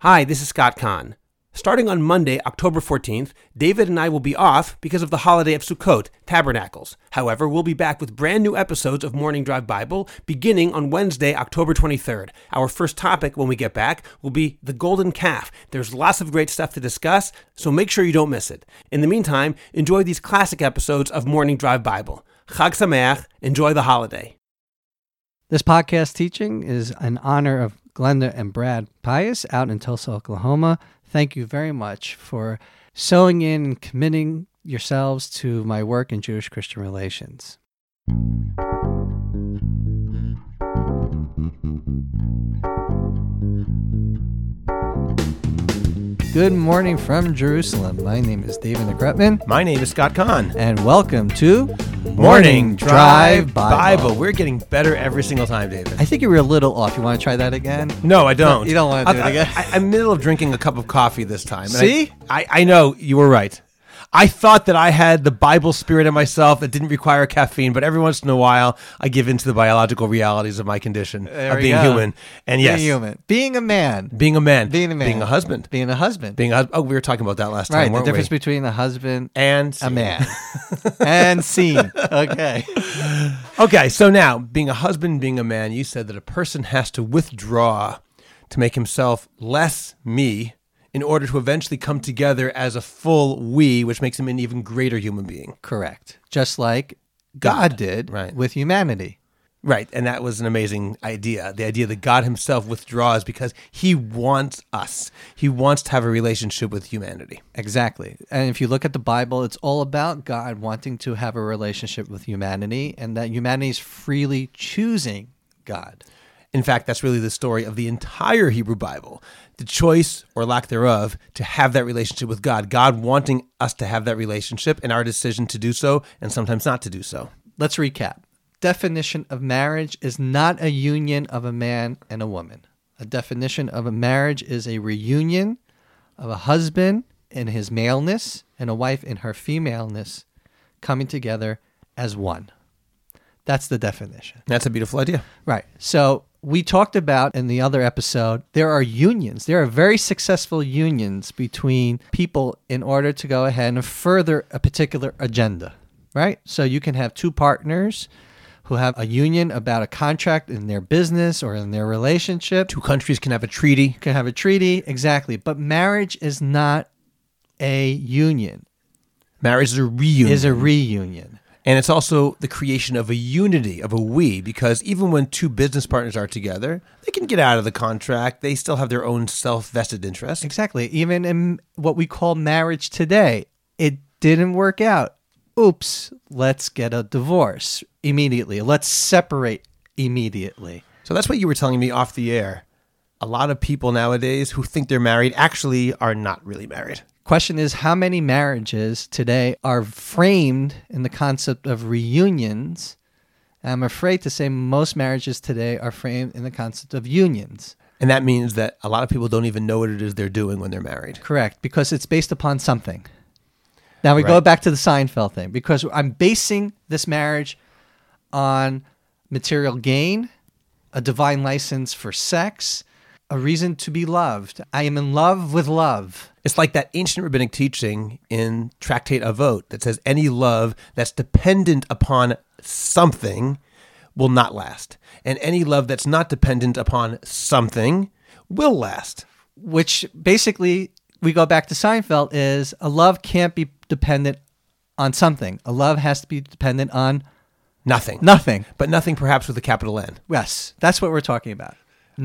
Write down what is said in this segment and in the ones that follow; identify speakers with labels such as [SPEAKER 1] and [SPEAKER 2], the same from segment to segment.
[SPEAKER 1] Hi, this is Scott Kahn. Starting on Monday, October 14th, David and I will be off because of the holiday of Sukkot, Tabernacles. However, we'll be back with brand new episodes of Morning Drive Bible beginning on Wednesday, October 23rd. Our first topic when we get back will be the golden calf. There's lots of great stuff to discuss, so make sure you don't miss it. In the meantime, enjoy these classic episodes of Morning Drive Bible. Chag Sameach, enjoy the holiday.
[SPEAKER 2] This podcast teaching is in honor of Glenda and Brad Pius out in Tulsa, Oklahoma. Thank you very much for sewing in and committing yourselves to my work in Jewish Christian relations. Good morning from Jerusalem. My name is David Negretman,
[SPEAKER 3] My name is Scott Kahn.
[SPEAKER 2] and welcome to
[SPEAKER 3] We're getting better every single time, David.
[SPEAKER 2] I think you were a little off. You want to try that again?
[SPEAKER 3] no, I don't.
[SPEAKER 2] You don't wanna do
[SPEAKER 3] I-
[SPEAKER 2] it again?
[SPEAKER 3] I, I, am middle of drinking a cup of coffee this time. and I-
[SPEAKER 2] See?
[SPEAKER 3] I, I know you were right. I thought that I had the Bible spirit in myself that didn't require caffeine, but every once in a while, I give in to the biological realities of my condition
[SPEAKER 2] There
[SPEAKER 3] of
[SPEAKER 2] we
[SPEAKER 3] being
[SPEAKER 2] go.
[SPEAKER 3] human. And yes,
[SPEAKER 2] Being human. Being a man.
[SPEAKER 3] being a man,
[SPEAKER 2] Being a man.
[SPEAKER 3] being a husband,
[SPEAKER 2] Being a husband.
[SPEAKER 3] being a hus- oh, we were talking about that last
[SPEAKER 2] right.
[SPEAKER 3] time,
[SPEAKER 2] The
[SPEAKER 3] weren't
[SPEAKER 2] difference
[SPEAKER 3] we?
[SPEAKER 2] between a husband
[SPEAKER 3] and
[SPEAKER 2] a man. and scene. Okay.
[SPEAKER 3] Okay, so now being a husband, being a man, you said that a person has to withdraw to make himself less me in order to eventually come together as a full we, which makes him an even greater human being.
[SPEAKER 2] Correct. Just like God,
[SPEAKER 3] God,
[SPEAKER 2] did
[SPEAKER 3] right.
[SPEAKER 2] with humanity.
[SPEAKER 3] Right, and that was an amazing idea. The idea that God himself withdraws because he wants us, he wants to have a relationship with humanity.
[SPEAKER 2] Exactly. And if you look at the Bible, it's all about God wanting to have a relationship with humanity and that humanity is freely choosing God.
[SPEAKER 3] In fact, that's really the story of the entire Hebrew Bible the choice or lack thereof to have that relationship with God, God wanting us to have that relationship and our decision to do so and sometimes not to do so.
[SPEAKER 2] Let's recap. Definition of marriage is not a union of a man and a woman. A definition of a marriage is a reunion of a husband in his maleness and a wife in her femaleness coming together as one. That's the definition.
[SPEAKER 3] That's a beautiful idea.
[SPEAKER 2] Right. So we talked about in the other episode, there are unions. There are very successful unions between people in order to go ahead and further a particular agenda. Right. So you can have two partners who have a union about a contract in their business or in their relationship. You
[SPEAKER 3] Two countries can have a treaty.
[SPEAKER 2] can have a treaty. Exactly. But marriage is not a union,
[SPEAKER 3] Marriage is a reunion.
[SPEAKER 2] is a reunion.
[SPEAKER 3] and it's also the creation of a unity, of a we, because even when two business partners are together, they can get out of the contract. They still have their own self vested interest.
[SPEAKER 2] Exactly. Even in what we call marriage today, it didn't work out. Oops, let's get a divorce immediately. Let's separate immediately.
[SPEAKER 3] So that's what you were telling me off the air. A lot of people nowadays who think they're married actually are not really married.
[SPEAKER 2] Question is how many marriages today are framed in the concept of reunions? I'm afraid to say most marriages today are framed in the concept of unions.
[SPEAKER 3] And that means that a lot of people don't even know what it is they're doing when they're married.
[SPEAKER 2] Correct, because it's based upon something. Now we go
[SPEAKER 3] Right.
[SPEAKER 2] back to the Seinfeld thing because I'm basing this marriage on material gain, a divine license for sex, a reason to be loved. I am in love with love.
[SPEAKER 3] It's like that ancient rabbinic teaching in Tractate Avot that says any love that's dependent upon something will not last. And any love that's not dependent upon something will last.
[SPEAKER 2] which basically we go back to Seinfeld is a love can't be dependent on something. A love has to be dependent on
[SPEAKER 3] Nothing.
[SPEAKER 2] nothing.
[SPEAKER 3] But nothing perhaps with a capital N.
[SPEAKER 2] Yes, that's what we're talking about.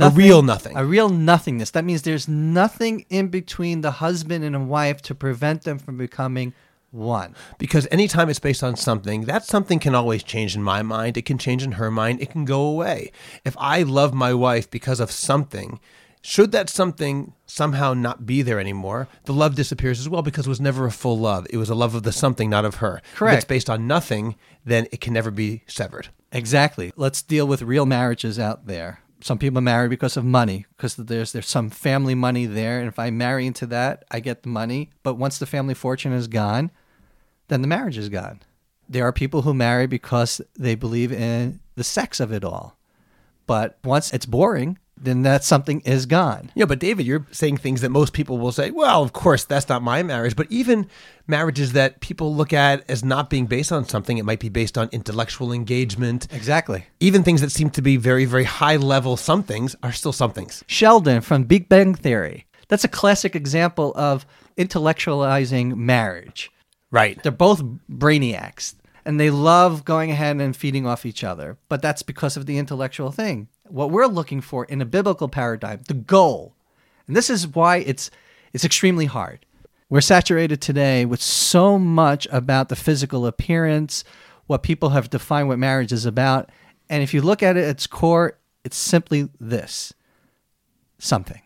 [SPEAKER 3] a real nothing.
[SPEAKER 2] A real nothingness. That means there's nothing in between the husband and a wife to prevent them from becoming one.
[SPEAKER 3] Because anytime it's based on something, that something can always change in my mind. It can change in her mind. It can go away. If I love my wife because of something, should that something somehow not be there anymore, the love disappears as well because it was never a full love. It was a love of the something, not of her. If it's
[SPEAKER 2] Correct.
[SPEAKER 3] based on nothing, then it can never be severed.
[SPEAKER 2] Exactly. Let's deal with real marriages out there. Some people marry because of money, because there's there's some family money there, and if I marry into that, I get the money. But once the family fortune is gone, then the marriage is gone. There are people who marry because they believe in the sex of it all. But once it's boring, then that something is gone.
[SPEAKER 3] Yeah, but David, you're saying things that most people will say, well, of course, that's not my marriage. But even marriages that people look at as not being based on something, it might be based on intellectual engagement.
[SPEAKER 2] Exactly.
[SPEAKER 3] Even things that seem to be very, very high level somethings are still somethings.
[SPEAKER 2] Sheldon from Big Bang Theory. That's a classic example of intellectualizing marriage.
[SPEAKER 3] Right.
[SPEAKER 2] They're both brainiacs and they love going ahead and feeding off each other, but that's because of the intellectual thing. What we're looking for in a biblical paradigm, the goal. And this is why it's it's extremely hard. We're saturated today with so much about the physical appearance, what people have defined what marriage is about, and if you look at it at its core, it's simply this. Something.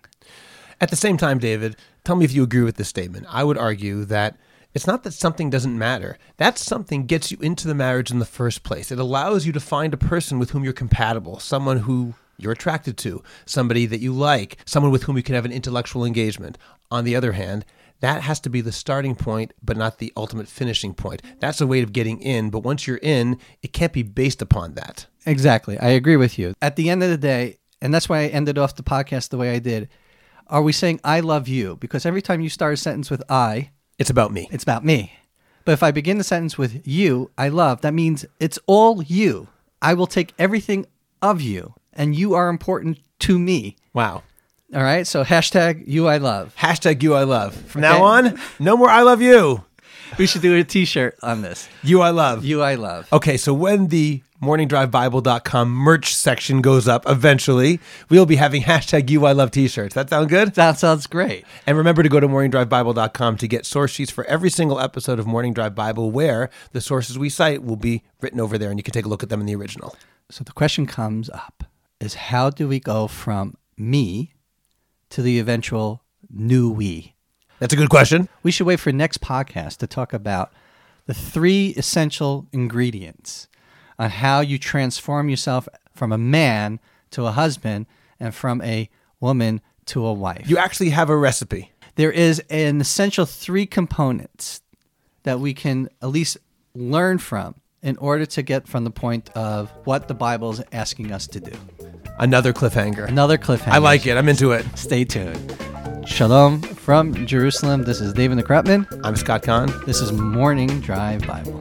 [SPEAKER 3] At the same time, David, tell me if you agree with this statement. I would argue that it's not that something doesn't matter. That something gets you into the marriage in the first place. It allows you to find a person with whom you're compatible, someone who you're attracted to, somebody that you like, someone with whom you can have an intellectual engagement. On the other hand, that has to be the starting point, but not the ultimate finishing point. That's a way of getting in, but once you're in, it can't be based upon that.
[SPEAKER 2] Exactly. I agree with you. At the end of the day, and that's why I ended off the podcast the way I did, are we saying I love you? Because every time you start a sentence with I,
[SPEAKER 3] It's about me.
[SPEAKER 2] it's about me. But if I begin the sentence with you, I love, that means it's all you. I will take everything of you, and you are important to me.
[SPEAKER 3] Wow.
[SPEAKER 2] All right. So hashtag you I love.
[SPEAKER 3] Hashtag you I love. From
[SPEAKER 2] Okay.
[SPEAKER 3] now on, no more I love you.
[SPEAKER 2] We should do a t shirt on this.
[SPEAKER 3] You I love.
[SPEAKER 2] You I love.
[SPEAKER 3] Okay, so when the morningdrivebible.com merch section goes up eventually, we'll be having hashtag you I love t-shirts. That sound good?
[SPEAKER 2] That sounds great.
[SPEAKER 3] And remember to go to morningdrivebible.com to get source sheets for every single episode of Morning Drive Bible where the sources we cite will be written over there and you can take a look at them in the original.
[SPEAKER 2] So the question comes up is how do we go from me to the eventual new we?
[SPEAKER 3] That's a good question.
[SPEAKER 2] We should wait for next podcast to talk about the three essential ingredients on how you transform yourself from a man to a husband and from a woman to a wife.
[SPEAKER 3] You actually have a recipe.
[SPEAKER 2] there is an essential three components that we can at least learn from in order to get from the point of what the Bible is asking us to do.
[SPEAKER 3] Another cliffhanger.
[SPEAKER 2] Another cliffhanger.
[SPEAKER 3] I like it. I'm into it.
[SPEAKER 2] Stay tuned. Shalom from Jerusalem. This is David Kruppman.
[SPEAKER 3] I'm Scott Kahn.
[SPEAKER 2] This is Morning Drive Bible.